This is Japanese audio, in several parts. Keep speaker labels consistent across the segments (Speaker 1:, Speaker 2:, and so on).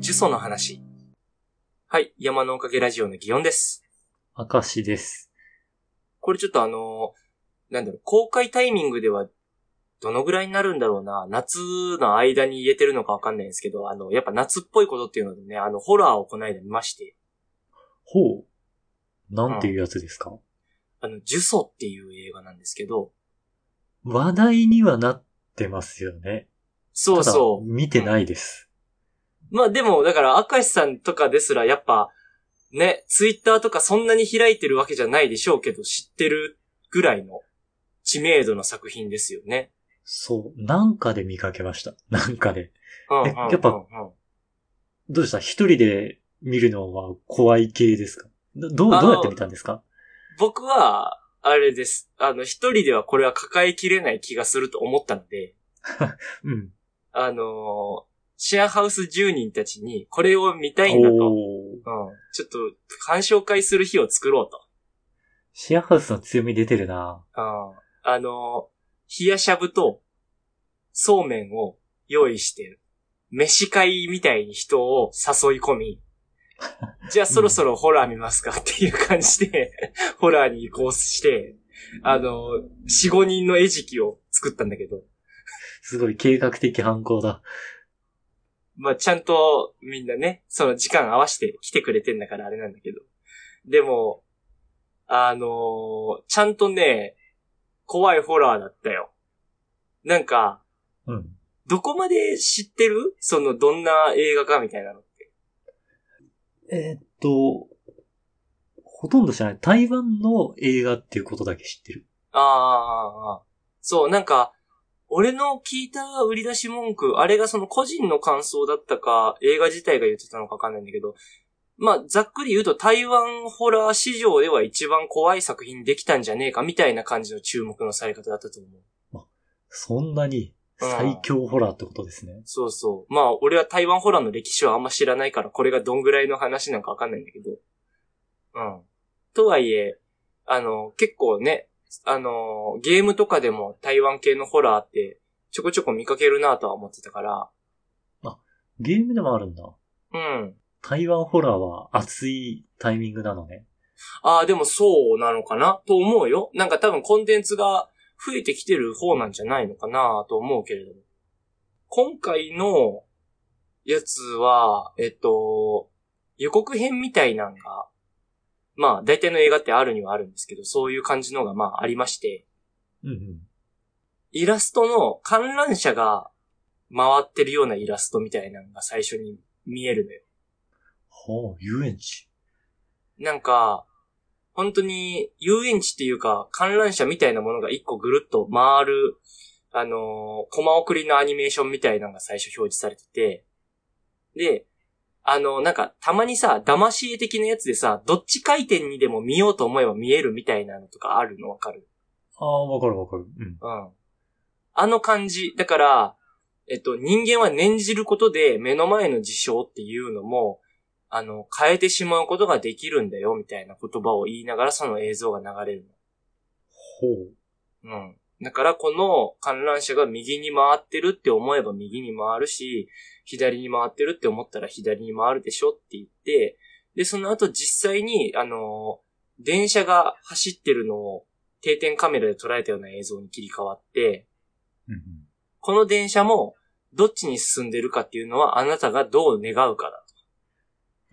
Speaker 1: 嘘の話。はい、山のおかげラジオの祇園です。
Speaker 2: 明石です。
Speaker 1: これちょっとあのーなんだろう、公開タイミングでは、どのぐらいになるんだろうな、夏の間に言えてるのかわかんないんですけど、あの、やっぱ夏っぽいことっていうのでね、あの、ホラーをこの間見まして、
Speaker 2: ほう。なんていうやつですか、
Speaker 1: あの、呪詛っていう映画なんですけど、
Speaker 2: 話題にはなってますよね。
Speaker 1: そうそう
Speaker 2: た。だ見てないです。
Speaker 1: まあでも、だから、明石さんとかですら、やっぱ、ね、ツイッターとかそんなに開いてるわけじゃないでしょうけど、知ってるぐらいの知名度の作品ですよね。
Speaker 2: そう。なんかで見かけました。なんかで。
Speaker 1: うん、うん
Speaker 2: えやっぱ
Speaker 1: うんうん
Speaker 2: どうでした一人で見るのは怖い系ですかどどう、
Speaker 1: あの
Speaker 2: どうやって見たんですか
Speaker 1: 僕は、あれです。あの、一人ではこれは抱えきれない気がすると思ったので、
Speaker 2: うん。
Speaker 1: あのーシェアハウス住人たちにこれを見たいんだと。うん。
Speaker 2: おー
Speaker 1: ちょっと、鑑賞会する日を作ろうと。
Speaker 2: シェアハウスの強み出てるな
Speaker 1: うんあの、冷やしゃぶと、そうめんを用意して、飯会みたいに人を誘い込み、じゃあそろそろホラー見ますかっていう感じで、 ホラーに移行して、あの、4、5人の餌食を作ったんだけど、
Speaker 2: すごい計画的犯行だ。
Speaker 1: まあちゃんとみんなね、その時間合わせて来てくれてんだからあれなんだけど。でも、あのーちゃんとね、怖いホラーだったよ。なんか、
Speaker 2: うん。
Speaker 1: どこまで知ってるその、どんな映画かみたいなのって。
Speaker 2: えーっと、ほとんど知らない。台湾の映画っていうことだけ知ってる。
Speaker 1: あーあーあー、そう、なんか、俺の聞いた売り出し文句、あれがその個人の感想だったか、映画自体が言ってたのかわかんないんだけど、まあ、ざっくり言うと台湾ホラー市場では一番怖い作品できたんじゃねえかみたいな感じの注目のされ方だったと思う。
Speaker 2: そんなに最強ホラーってことですね。
Speaker 1: そうそう。まあ、俺は台湾ホラーの歴史はあんま知らないから、これがどんぐらいの話なんかわかんないんだけど。うん。とはいえ、あの、結構ね、あの、ゲームとかでも台湾系のホラーってちょこちょこ見かけるなとは思ってたから、
Speaker 2: ゲームでもあるんだ。
Speaker 1: うん。
Speaker 2: 台湾ホラーは熱いタイミングなのね。
Speaker 1: ああ、でもそうなのかなと思うよ。なんか多分コンテンツが増えてきてる方なんじゃないのかなと思うけれども。今回のやつは、えっと、予告編みたいなんが、まあ大体の映画ってあるにはあるんですけど、そういう感じのがまあありまして、
Speaker 2: うんうん。
Speaker 1: イラストの観覧車が回ってるようなイラストみたいなのが最初に見えるのよ。
Speaker 2: はあ、遊園地。
Speaker 1: なんか、本当に遊園地っていうか観覧車みたいなものが一個ぐるっと回る、あのーコマ送りのアニメーションみたいなのが最初表示されてて、で、あのなんかたまにさ、騙し絵的なやつでさ、どっち回転にでも見ようと思えば見えるみたいなのとかあるのわかる
Speaker 2: ああ、わかるわかる。うん。
Speaker 1: うん。あの感じ。だから、えっと、人間は念じることで目の前の事象っていうのも、あの、変えてしまうことができるんだよ、みたいな言葉を言いながらその映像が流れる
Speaker 2: ほう。
Speaker 1: の。うん。だから、この観覧車が右に回ってるって思えば右に回るし、左に回ってるって思ったら左に回るでしょって言って、で、その後実際に、あの、電車が走ってるのを定点カメラで捉えたような映像に切り替わって、
Speaker 2: うんうん。
Speaker 1: この電車も、どっちに進んでるかっていうのは、あなたがどう願うか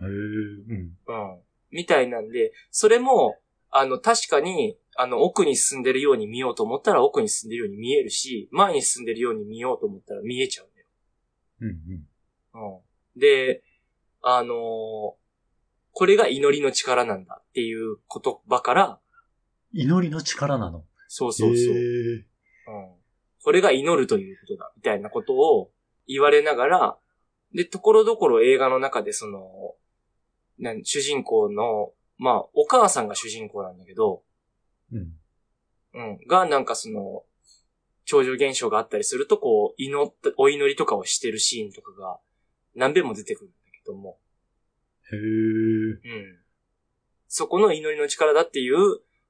Speaker 2: へえ、うん。
Speaker 1: だ。うん。みたいなんで、それも、あの、確かに、あの、奥に進んでるように見ようと思ったら奥に進んでるように見えるし、前に進んでるように見ようと思ったら見えちゃうんだ
Speaker 2: うん
Speaker 1: よ。うん。で、あのーこれが祈りの力なんだっていう言葉から、
Speaker 2: うん。祈りの力なの。
Speaker 1: そうそうそう。
Speaker 2: へえ
Speaker 1: うんこれが祈るということだ、みたいなことを言われながら、で、ところどころ映画の中でその、なん主人公の、まあ、お母さんが主人公なんだけど、
Speaker 2: うん。
Speaker 1: うん、がなんかその、超常現象があったりすると、こう、祈った、お祈りとかをしてるシーンとかが何遍も出てくるんだけども、
Speaker 2: へえ。
Speaker 1: うん。そこの祈りの力だっていう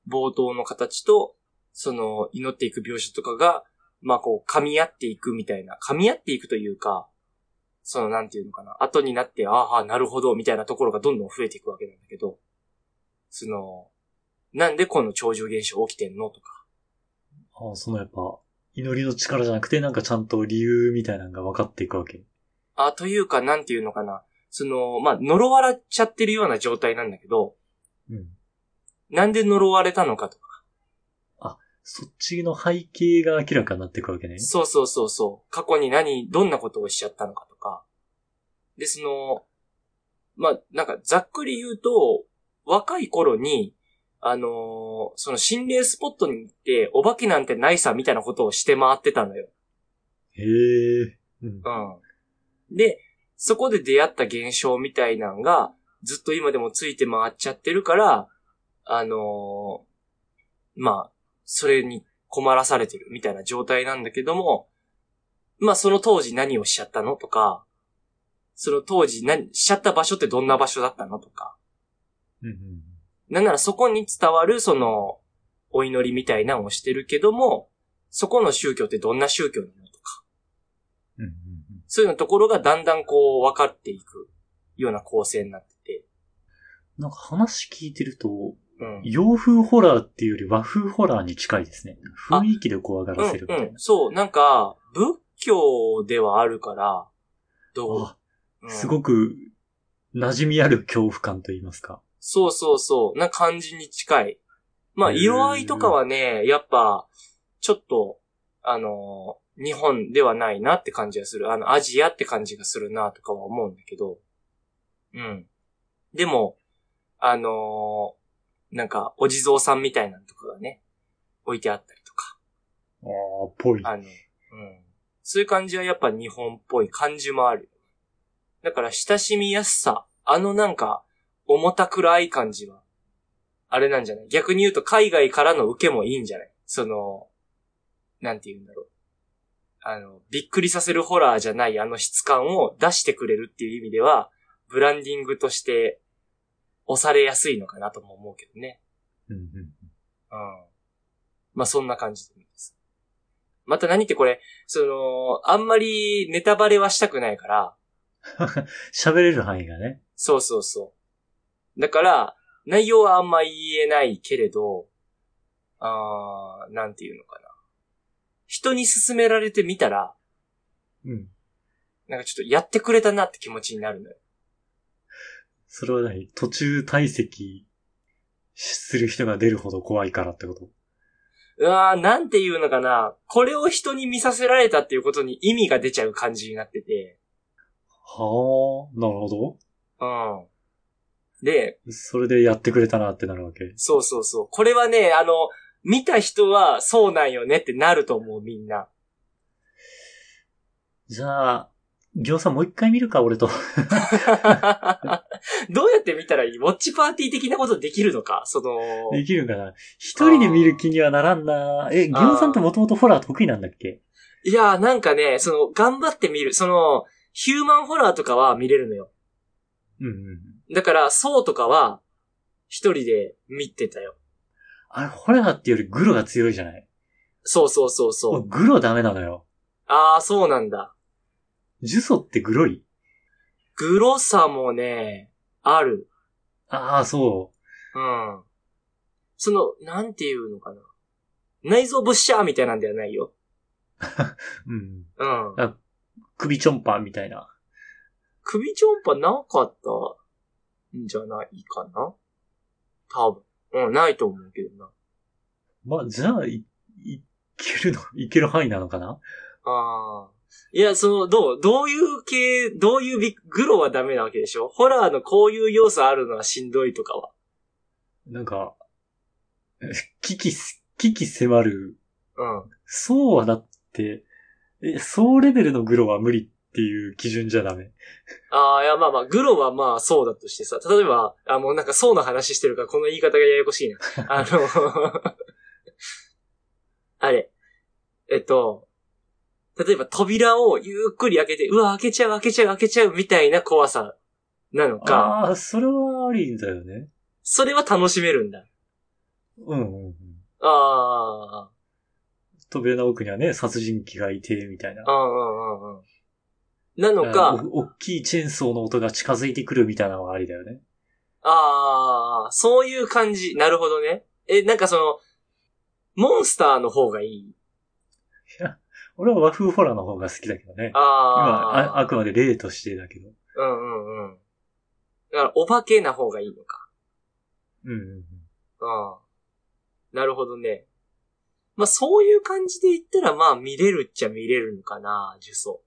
Speaker 1: 冒頭の形と、その祈っていく描写とかが、まあこう、噛み合っていくみたいな、噛み合っていくというか、その、なんていうのかな、後になって、ああ、なるほど、みたいなところがどんどん増えていくわけなんだけど、その、なんでこの超常現象起きてんのとか。
Speaker 2: ああ、そのやっぱ、祈りの力じゃなくて、なんかちゃんと理由みたいなのが分かっていくわけ。
Speaker 1: あというか、なんていうのかな、その、まあ、呪われちゃってるような状態なんだけど、
Speaker 2: うん。
Speaker 1: なんで呪われたのかとか。
Speaker 2: そっちの背景が明らかになっていくわけね。
Speaker 1: そうそうそうそう。過去に何、どんなことをしちゃったのかとか。で、その、まあ、なんか、ざっくり言うと、若い頃に、あのーその心霊スポットに行って、お化けなんてないさ、みたいなことをして回ってたのよ。
Speaker 2: へえ。うん。
Speaker 1: うん。で、そこで出会った現象みたいなんが、ずっと今でもついて回っちゃってるから、あのーまあ、それに困らされてるみたいな状態なんだけども、まあその当時何をしちゃったのとか、その当時何、しちゃった場所ってどんな場所だったのとか、
Speaker 2: うんうん。
Speaker 1: なんならそこに伝わるその、お祈りみたいなのをしてるけども、そこの宗教ってどんな宗教なのとか、
Speaker 2: うんうん
Speaker 1: そういうのところがだんだんこう分かっていくような構成になってて。
Speaker 2: なんか話聞いてると、
Speaker 1: うん。
Speaker 2: 洋風ホラーっていうより和風ホラーに近いですね。雰囲気で怖がらせる
Speaker 1: う
Speaker 2: みた
Speaker 1: ん、。。
Speaker 2: いうなん
Speaker 1: そう、なんか、仏教ではあるから、どう
Speaker 2: あ、、
Speaker 1: うん、
Speaker 2: すごく馴染みある恐怖感と言いますか。
Speaker 1: そうそうそう、な感じに近い。まあ、
Speaker 2: へー
Speaker 1: 色合いとかはね、やっぱ、ちょっと、あのー日本ではないなって感じがする。あの、アジアって感じがするなとかは思うんだけど。うん。でも、あのーなんか、お地蔵さんみたいなのとかがね、置いてあったりとか。
Speaker 2: ああ、ぽい。
Speaker 1: あの、うん。そういう感じはやっぱ日本っぽい感じもある。だから親しみやすさ、あのなんか、重たくらい感じは、あれなんじゃない逆に言うと海外からの受けもいいんじゃないその、なんて言うんだろう。あの、びっくりさせるホラーじゃないあの質感を出してくれるっていう意味では、ブランディングとして押されやすいのかなとも思うけどね。
Speaker 2: うんうん。
Speaker 1: うん。まあ、そんな感じです。また何ってこれ、その、あんまりネタバレはしたくないから、
Speaker 2: 喋れる範囲がね。
Speaker 1: そうそうそう。だから、内容はあんま言えないけれど、あー、なんていうのかな。人に勧められてみたら、
Speaker 2: うん。
Speaker 1: なんかちょっとやってくれたなって気持ちになるのよ。
Speaker 2: それは何途中退席する人が出るほど怖いからってこと
Speaker 1: うわー、なんていうのかな。これを人に見させられたっていうことに意味が出ちゃう感じになってて、
Speaker 2: はあ、なるほど。
Speaker 1: うん。で、
Speaker 2: それでやってくれたなってなるわけ。
Speaker 1: そうそうそう。これはね、あの、見た人はそうなんよねってなると思う、みんな。
Speaker 2: じゃあ、ギョさんもう一回見るか、俺と。
Speaker 1: どうやって見たらいいウォッチパーティー的なことできるのかその、
Speaker 2: できるかな一人で見る気にはならんなえ、ギョさんってもともとホラー得意なんだっけ
Speaker 1: いやーなんかね、その、頑張って見る。その、ヒューマンホラーとかは見れるのよ。
Speaker 2: うんうん。
Speaker 1: だから、そうとかは、一人で見てたよ。
Speaker 2: あれ、ホラーっていうよりグロが強いじゃない
Speaker 1: そうそうそうそ
Speaker 2: も
Speaker 1: う。
Speaker 2: うグロダメなのよ。
Speaker 1: あー、そうなんだ。
Speaker 2: ジュソってグロい
Speaker 1: グロさもね、ある。
Speaker 2: ああ、そ
Speaker 1: うん。その、なんていうのかな。内臓ブッシャーみたいなんではないよ。
Speaker 2: う。うん。
Speaker 1: うん。
Speaker 2: 首チョンパーみたいな。
Speaker 1: 首超音波なかったんじゃないかな多分。うん、ないと思うけどな。
Speaker 2: まあ、じゃあ、い、いけるの、 いける範囲なのかな
Speaker 1: ああ。いや、その、どう、どういう系、どういうビッグロはダメなわけでしょホラーのこういう要素あるのはしんどいとかは。
Speaker 2: なんか、 危機す、危機迫る。
Speaker 1: うん。
Speaker 2: そうはだって、え、そうレベルのグロは無理っていう基準じゃダメ。
Speaker 1: ああ、いや、まあまあ、グロはまあそうだとしてさ、例えば、あ、もうなんかそうの話してるからこの言い方がややこ しいな。あの、 あれ、えっと、例えば扉をゆっくり開けて、うわ、開けちゃう、開けちゃう、開けちゃうみたいな怖さなのか、
Speaker 2: ああー、それはありだよね。
Speaker 1: それは楽しめるんだ。
Speaker 2: うんうんうん。
Speaker 1: あ
Speaker 2: 扉の奥にはね、殺人鬼がいて、みたいな
Speaker 1: あ、う。んうんうんうん。なのか、
Speaker 2: うんお大きいチェーンソーの音が近づいてくるみたいなのはありだよね。
Speaker 1: ああ、そういう感じ。なるほどね。え、なんかその、モンスターの方がいい。
Speaker 2: 俺は和風ホラーの方が好きだけどね。今
Speaker 1: あ
Speaker 2: あ、
Speaker 1: あ。
Speaker 2: あくまで例としてだけど。
Speaker 1: うんうんうん。だから、お化けな方がいいのか。
Speaker 2: うんうんうん。
Speaker 1: うん。なるほどね。まあ、そういう感じで言ったら、まあ、見れるっちゃ見れるのかな、呪詛。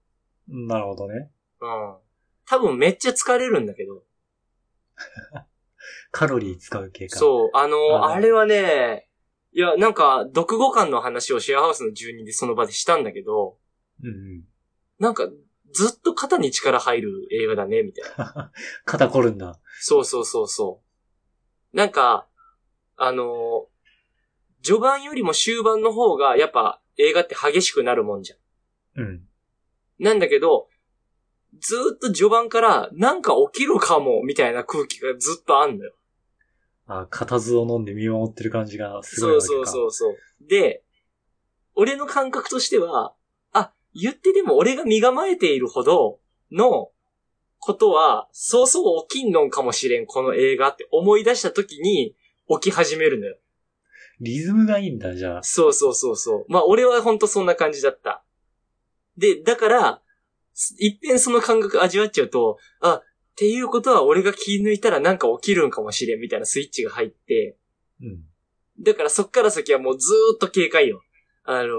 Speaker 2: なるほどね。
Speaker 1: うん。多分めっちゃ疲れるんだけど。
Speaker 2: カロリー使う系か。う。
Speaker 1: そう。あの、
Speaker 2: あー
Speaker 1: あれはね、いや、なんか、読後感の話をシェアハウスの住人でその場でしたんだけど、
Speaker 2: うんうん。
Speaker 1: なんか、ずっと肩に力入る映画だね、みたいな。
Speaker 2: 肩凝るんだ。
Speaker 1: そうそうそうそう。なんか、あの、序盤よりも終盤の方が、やっぱ映画って激しくなるもんじゃん。
Speaker 2: うん。
Speaker 1: なんだけど、ずーっと序盤から、なんか起きるかも、みたいな空気がずっとあんのよ
Speaker 2: あ、固唾を飲んで見守ってる感じがすごい
Speaker 1: そ
Speaker 2: わ
Speaker 1: う
Speaker 2: けか。。
Speaker 1: そうそううそう。で、俺の感覚としては、あ、言ってでも俺が身構えているほどのことは、そうそう起きんのんかもしれん、この映画って思い出した時に起き始めるのよ。
Speaker 2: リズムがいいんだ、じゃあ。
Speaker 1: そうそうそうそう。まあ俺はほんとそんな感じだった。で、だから、す一遍その感覚味わっちゃうと、あ、っていうことは俺が気抜いたらなんか起きるんかもしれんみたいなスイッチが入って、
Speaker 2: うん。
Speaker 1: だからそっから先はもうずーっと警戒よ。あの、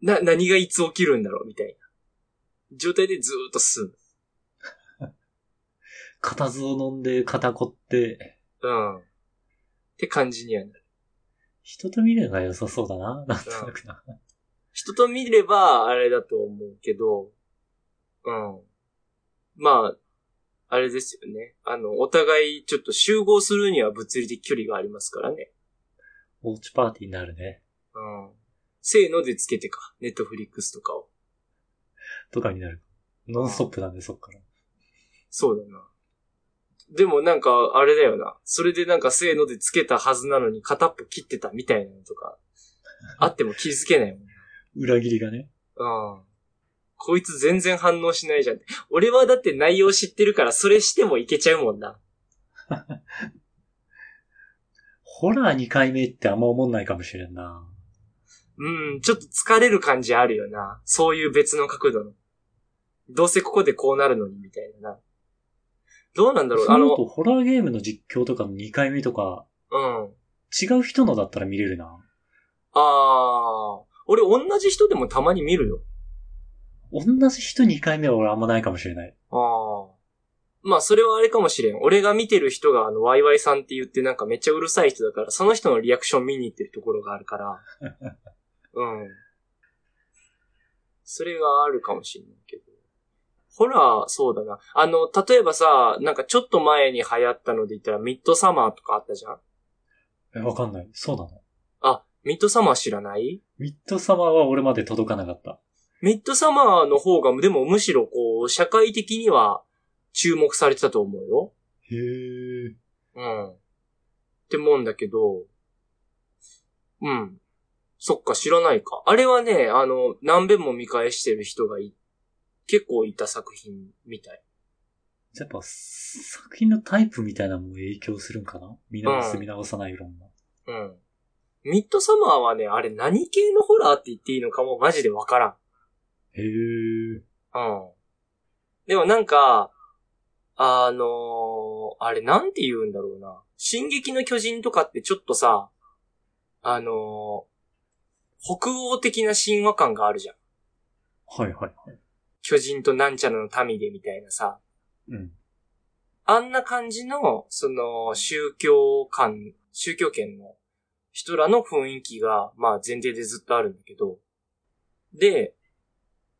Speaker 1: な、何がいつ起きるんだろうみたいな。状態でずーっと進む。
Speaker 2: 固唾を飲んで肩凝って、
Speaker 1: うん。って感じにはなる。
Speaker 2: 人と見るのが良さそうだな。なんとなくな。
Speaker 1: 人と見れば、あれだと思うけど、うん。まあ、あれですよね。あの、お互いちょっと集合するには物理的距離がありますからね。
Speaker 2: おうちパーティーになるね。
Speaker 1: うん。せーのでつけてか。ネットフリックスとかを。
Speaker 2: とかになる。ノンストップなんで、そっから。
Speaker 1: そうだな。でもなんか、あれだよな。それでなんか、せーのでつけたはずなのに片っぽ切ってたみたいなのとか、あっても気づけないもん。
Speaker 2: 裏切りがね。
Speaker 1: うん。こいつ全然反応しないじゃん。俺はだって内容知ってるから、それしてもいけちゃうもんな。
Speaker 2: ホラー2回目ってあんま思んないかもしれんな。
Speaker 1: うん、ちょっと疲れる感じあるよな。そういう別の角度の。どうせここでこうなるのに、みたいなな。どうなんだろう
Speaker 2: そ
Speaker 1: あ
Speaker 2: の
Speaker 1: の、
Speaker 2: 後、ホラーゲームの実況とかの2回目とか、
Speaker 1: うん。
Speaker 2: 違う人のだったら見れるな。
Speaker 1: あー。俺同じ人でもたまに見るよ。
Speaker 2: 同じ人2回目は俺あんまないかもしれない。
Speaker 1: ああ。まあ、それはあれかもしれん。俺が見てる人が、あの、ワイワイさんって言ってなんかめっちゃうるさい人だから、その人のリアクション見に行ってるところがあるから。うん。それがあるかもしれないけど。ホラー、そうだな。あの、例えばさ、なんかちょっと前に流行ったので言ったら、ミッドサマーとかあったじゃん
Speaker 2: え、わかんない。そうなの
Speaker 1: あ、ミッドサマー知らない
Speaker 2: ミッドサマーは俺まで届かなかった。
Speaker 1: ミッドサマーの方が、でもむしろこう、社会的には注目されてたと思うよ。
Speaker 2: へえ。
Speaker 1: うん。ってもんだけど、うん。そっか、知らないか。あれはね、あの、何遍も見返してる人がい、結構いた作品みたい。
Speaker 2: やっぱ、作品のタイプみたいなのも影響するんかな見直す、見直さないいろんな。
Speaker 1: うん。ミッドサマーはね、あれ何系のホラーって言っていいのかもマジでわからん。
Speaker 2: へ
Speaker 1: う
Speaker 2: え。
Speaker 1: ん。でもなんか、あのーあれなんて言うんだろうな。進撃の巨人とかってちょっとさ、あのー北欧的な神話感があるじゃん。
Speaker 2: はいはいはい。
Speaker 1: 巨人となんちゃらの民でみたいなさ、
Speaker 2: うん。
Speaker 1: あんな感じの、その、宗教観、宗教圏の人らの雰囲気が、まあ前提でずっとあるんだけど、で、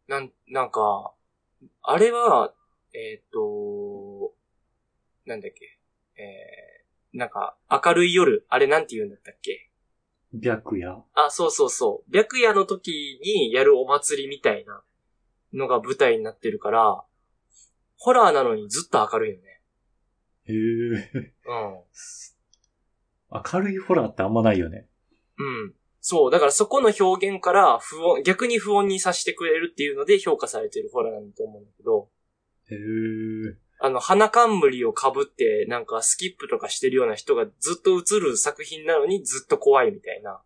Speaker 1: なん、なんか、あれは、えーっ、と、なんだっけ、えー、なんか、明るい夜、あれなんて言うんだったっけ
Speaker 2: 白夜。
Speaker 1: あ、そうそうそう。白夜の時にやるお祭りみたいなのが舞台になってるから、ホラーなのにずっと明るいよね。
Speaker 2: へえ。
Speaker 1: うん。
Speaker 2: 明るいホラーってあんまないよね。
Speaker 1: うん。そう。だからそこの表現から不穏、逆に不穏にさせてくれるっていうので評価されてるホラーなんだと思うんだけど、
Speaker 2: へー
Speaker 1: あの、花冠を被って、なんかスキップとかしてるような人がずっと映る作品なのにずっと怖いみたいな。
Speaker 2: あ、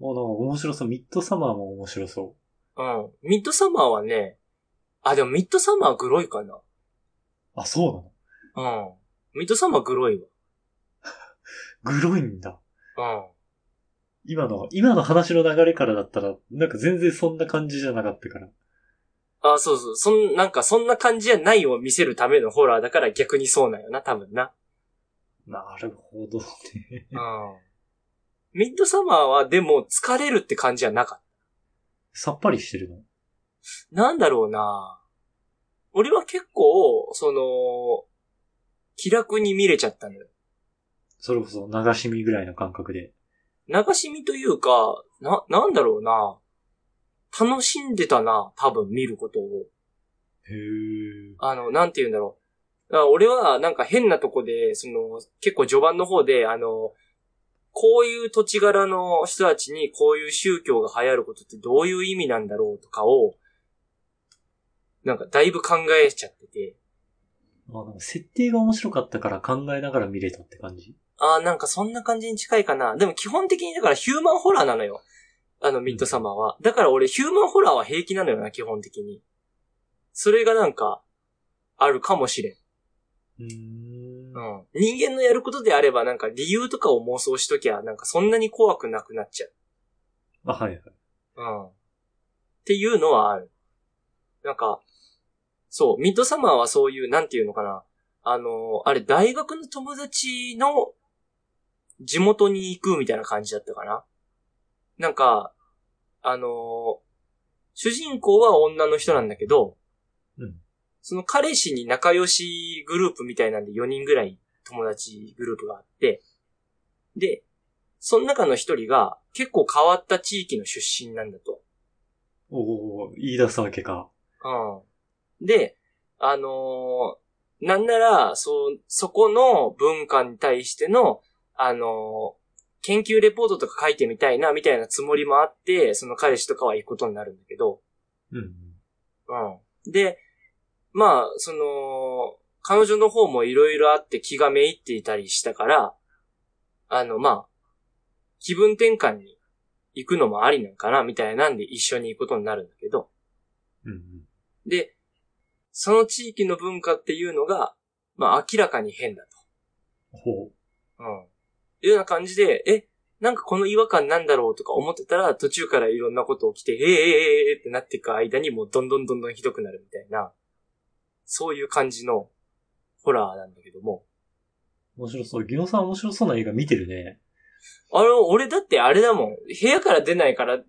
Speaker 2: なんか面白そう。ミッドサマーも面白そ
Speaker 1: うん。ミッドサマーはね、あ、でもミッドサマーグロいかな。
Speaker 2: う。あ、そうなの
Speaker 1: うん。ミッドサマーグロい
Speaker 2: グロいんだ。
Speaker 1: わ。
Speaker 2: 今の、今の話の流れからだったら、なんか全然そんな感じじゃなかったから。
Speaker 1: うん。あ、そうそう。そん、なんかそんな感じじゃないを見せるためのホラーだから逆にそうなんよな、多分な。
Speaker 2: なるほどね。
Speaker 1: うん。ミッドサマーはでも疲れるって感じはなかった。
Speaker 2: さっぱりしてるの。
Speaker 1: なんだろうな俺は結構、その、気楽に見れちゃったのよ。
Speaker 2: それこそ流し見ぐらいの感覚で。
Speaker 1: 流し見というか、な、なんだろうな楽しんでたな、多分見ることを。
Speaker 2: へー
Speaker 1: あの、なんて言うんだろう。だから俺はなんか変なとこで、その、結構序盤の方で、あの、こういう土地柄の人たちにこういう宗教が流行ることってどういう意味なんだろうとかを、なんかだいぶ考えちゃってて。
Speaker 2: あ、なんか設定が面白かったから考えながら見れたって感じ。
Speaker 1: ああ、なんかそんな感じに近いかな。でも基本的にだからヒューマンホラーなのよ。あの、ミッドサマーは。だから俺ヒューマンホラーは平気なのよな、基本的に。それがなんか、あるかもしれん。
Speaker 2: うーん。
Speaker 1: うん。人間のやることであればなんか理由とかを妄想しときゃ、なんかそんなに怖くなくなっちゃう。
Speaker 2: あ、はいはい。
Speaker 1: うん。っていうのはある。なんか、そう、ミッドサマーはそういう、なんていうのかな。あの、あれ、大学の友達の地元に行くみたいな感じだったかな。なんか、あの、主人公は女の人なんだけど、
Speaker 2: うん
Speaker 1: その彼氏に仲良しグループみたいなんで4人ぐらい友達グループがあって、で、その中の一人が結構変わった地域の出身なんだと。
Speaker 2: おお言い出すわけか。
Speaker 1: うん。で、あのーなんなら、そう、そこの文化に対しての、あのー研究レポートとか書いてみたいな、みたいなつもりもあって、その彼氏とかは行くことになるんだけど、
Speaker 2: うん。
Speaker 1: うん。で、まあ、その、彼女の方もいろいろあって気がめいっていたりしたから、あの、まあ、気分転換に行くのもありなんかな、みたいなんで一緒に行くことになるんだけど、
Speaker 2: うん。
Speaker 1: で、その地域の文化っていうのが、まあ明らかに変だ
Speaker 2: ほう。
Speaker 1: と。うん。いうような感じで、え、なんかこの違和感なんだろうとか思ってたら、途中からいろんなこと起きて、えー、えー、えー、ってなっていく間にもうどんどんどんどんひどくなるみたいな、そういう感じのホラーなんだけども。
Speaker 2: 面白そう。ギノさん面白そうな映画見てるね。
Speaker 1: あれ、俺だってあれだもん。部屋から出ないから、ず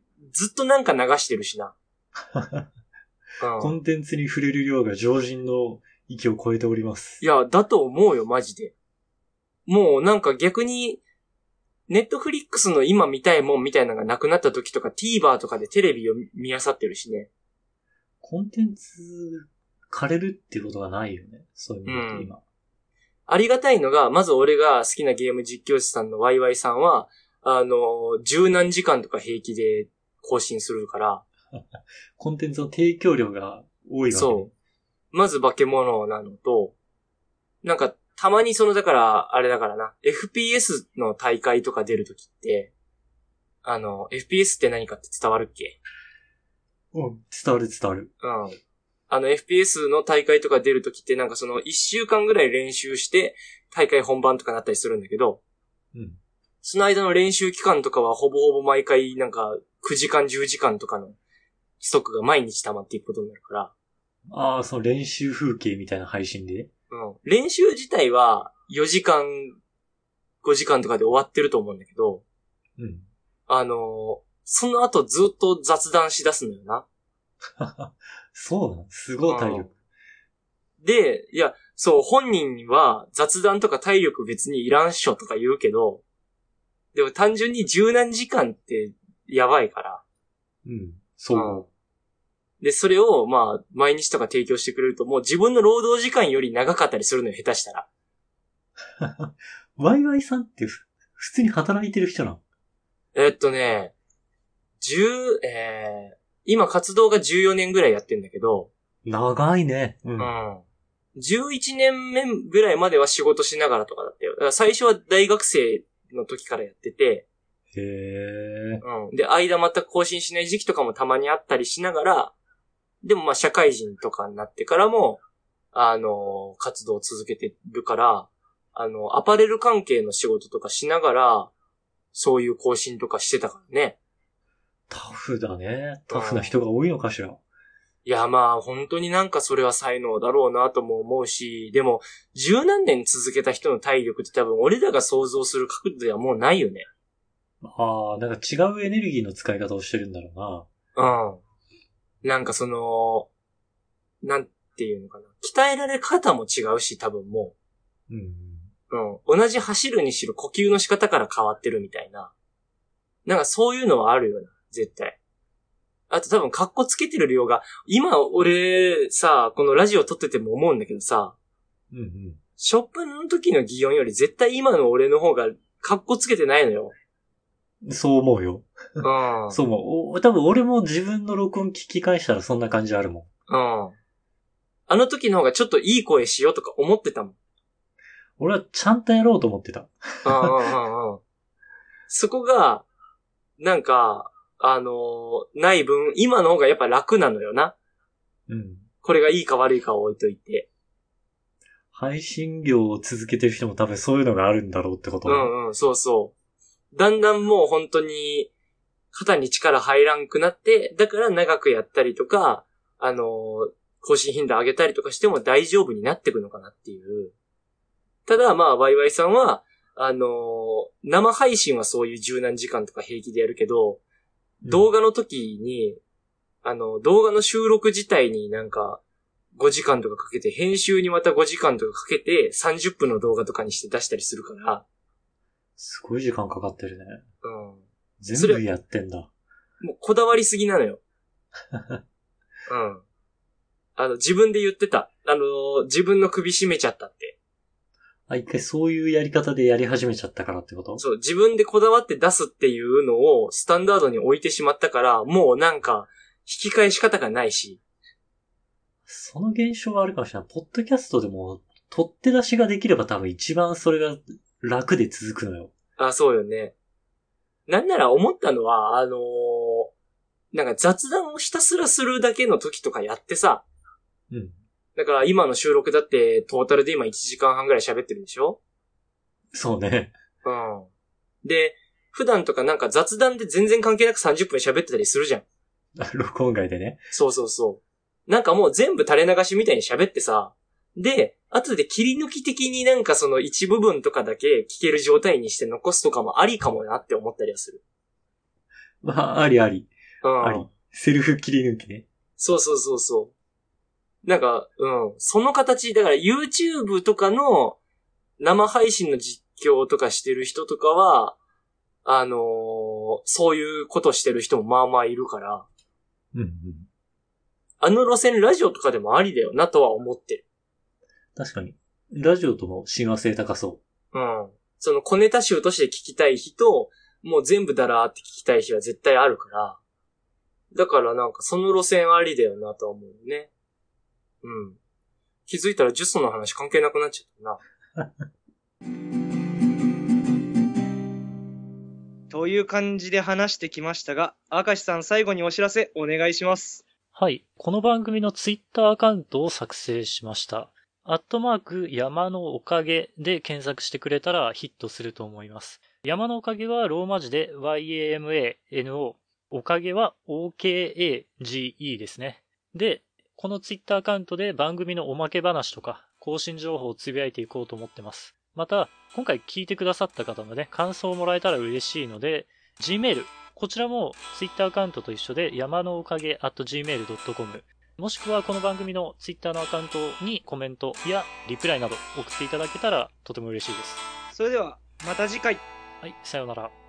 Speaker 1: っとなんか流してるし な。う
Speaker 2: コ
Speaker 1: ん。
Speaker 2: ンテンツに触れる量が常人の域を超えております
Speaker 1: い。や、だと思うよ、マジで。もうなんか逆に、ネットフリックスの今見たいもんみたいなのがなくなった時とか TVer とかでテレビを見漁ってるしね。
Speaker 2: コンテンツ枯れるっていうことがないよね。そういうのっ
Speaker 1: うん
Speaker 2: て今。
Speaker 1: ありがたいのが、まず俺が好きなゲーム実況者さんのワイワイさんは、あの、十何時間とか平気で更新するから、
Speaker 2: コンテンツの提供量が多いわけ、ね。
Speaker 1: そうまず化け物なのと、なんか、たまにその、だから、あれだからな、FPS の大会とか出るときって、あの、FPS って何かって伝わるっけ
Speaker 2: うん。伝わる伝わる。
Speaker 1: うん。あの、FPS の大会とか出るときって、なんかその、一週間ぐらい練習して、大会本番とかなったりするんだけど、
Speaker 2: うん。
Speaker 1: その間の練習期間とかは、ほぼほぼ毎回、なんか、9時間、10時間とかの、ストックが毎日溜まっていくことになるから、
Speaker 2: ああ、その練習風景みたいな配信で。
Speaker 1: うん。練習自体は、4時間、5時間とかで終わってると思うんだけど、
Speaker 2: うん。
Speaker 1: あのーその後ずっと雑談しだすのよな。
Speaker 2: そうなのすごい体力。
Speaker 1: で、いや、そう、本人は雑談とか体力別にいらんっしょとか言うけど、でも単純に十何時間ってやばいから。
Speaker 2: うん。そう。
Speaker 1: で、それを、まあ、毎日とか提供してくれると、もう自分の労働時間より長かったりするのよ、下手したら。
Speaker 2: ワイワイさんってふ普通に働いてる人なの
Speaker 1: えっとね、十、えー今活動が14年ぐらいやってんだけど、
Speaker 2: 長いね。う。
Speaker 1: うんん。11年目ぐらいまでは仕事しながらとかだったよ。だから最初は大学生の時からやってて、
Speaker 2: へえ。
Speaker 1: うん。で、間全く更新しない時期とかもたまにあったりしながら、でもまあ社会人とかになってからも、あの、活動を続けてるから、あの、アパレル関係の仕事とかしながら、そういう更新とかしてたからね。
Speaker 2: タフだね。タフな人が多いのかしら。
Speaker 1: いや、まあ、本当になんかそれは才能だろうなとも思うし、でも、十何年続けた人の体力って多分俺らが想像する角度ではもうないよね。
Speaker 2: ああ、なんか違うエネルギーの使い方をしてるんだろうな。
Speaker 1: うん。なんかその、なんていうのかな。鍛えられ方も違うし、多分も
Speaker 2: うん。
Speaker 1: う。うん。同じ走るにしろ呼吸の仕方から変わってるみたいな。なんかそういうのはあるよな、絶対。あと多分格好つけてる量が、今俺さ、このラジオ撮ってても思うんだけどさ、
Speaker 2: うんうん。
Speaker 1: ショップの時の擬音より絶対今の俺の方が格好つけてないのよ。
Speaker 2: そう思うよ。
Speaker 1: うん。
Speaker 2: そう思う。お多分俺も自分の録音聞き返したらそんな感じあるもん。
Speaker 1: うん。あの時の方がちょっといい声しようとか思ってたもん。
Speaker 2: 俺はちゃんとやろうと思ってた。
Speaker 1: うんうんうんうん。そこが、なんか、あのーない分、今の方がやっぱ楽なのよな。
Speaker 2: うん。
Speaker 1: これがいいか悪いかを置いといて。
Speaker 2: 配信業を続けてる人も多分そういうのがあるんだろうってこと。
Speaker 1: うんうん、そうそう。だんだんもう本当に、肩に力入らんくなって、だから長くやったりとか、あのー更新頻度上げたりとかしても大丈夫になってくのかなっていう。ただ、まあ、ワイワイさんは、あのー生配信はそういう柔軟時間とか平気でやるけど、動
Speaker 2: 画
Speaker 1: 画の時に、あの、動画の収録自体になんか、5時間とかかけて、編集にまた5時間とかかけて、30分の動画とかにして出したりするから、
Speaker 2: すごい時間かかってるね。
Speaker 1: うん。そ
Speaker 2: 全
Speaker 1: れ
Speaker 2: 部やってんだ。
Speaker 1: もうこだわりすぎな のよ。うん。あの、自分で言ってた。あの、自分の首絞めちゃったって。
Speaker 2: あ、一回そういうやり方でやり始めちゃったからってこと
Speaker 1: そう、自分でこだわって出すっていうのをスタンダードに置いてしまったから、もうなんか、引き返し方がないし。
Speaker 2: その現象はあるかもしれない。ポッドキャストでも、取って出しができれば多分一番それが楽で続くのよ。
Speaker 1: あ、そうよね。なんなら思ったのは、あのーなんか雑談をひたすらするだけの時とかやってさ、
Speaker 2: うん。
Speaker 1: だから今の収録だってトータルで今1時間半ぐらい喋ってるでしょ
Speaker 2: そうね。
Speaker 1: うん。で、普段とかなんか雑談で全然関係なく30分喋ってたりするじゃん。
Speaker 2: 録音外でね。
Speaker 1: そうそうそう。なんかもう全部垂れ流しみたいに喋ってさ、で、後で切り抜き的になんかその一部分とかだけ聞ける状態にして残すとかもありかもなって思ったりはする。
Speaker 2: まあ、ありあり。
Speaker 1: うん。
Speaker 2: あり。セルフ切り抜きね。
Speaker 1: そうそうそうそう。なんか、うん。その形、だから YouTube とかの生配信の実況とかしてる人とかは、あのーそういうことしてる人もまあまあいるから、
Speaker 2: うんうん。
Speaker 1: あの路線ラジオとかでもありだよなとは思ってる。
Speaker 2: 確かに。ラジオとも親和性高そ
Speaker 1: うん。その小ネタ集として聞きたい日と、もう全部だらーって聞きたい日は絶対あるから、だからなんかその路線ありだよなとは思うね。うん。気づいたらジュソの話関係なくなっちゃったな。
Speaker 3: という感じで話してきましたが、明石さん最後にお知らせお願いします。
Speaker 4: はい。この番組のツイッターアカウントを作成しました。アットマーク山のおかげで検索してくれたらヒットすると思います。山のおかげはローマ字で YAMANO。おかげは OKAGE ですね。で、このツイッターアカウントで番組のおまけ話とか更新情報をつぶやいていこうと思ってます。また、今回聞いてくださった方のね、感想をもらえたら嬉しいので、Gmail、こちらも Twitter アカウントと一緒で山のおかげ at gmail.com もしくはこの番組の Twitter のアカウントにコメントやリプライなど送っていただけたらとても嬉しいです。
Speaker 3: それでは、また次回。
Speaker 4: はい、さようなら。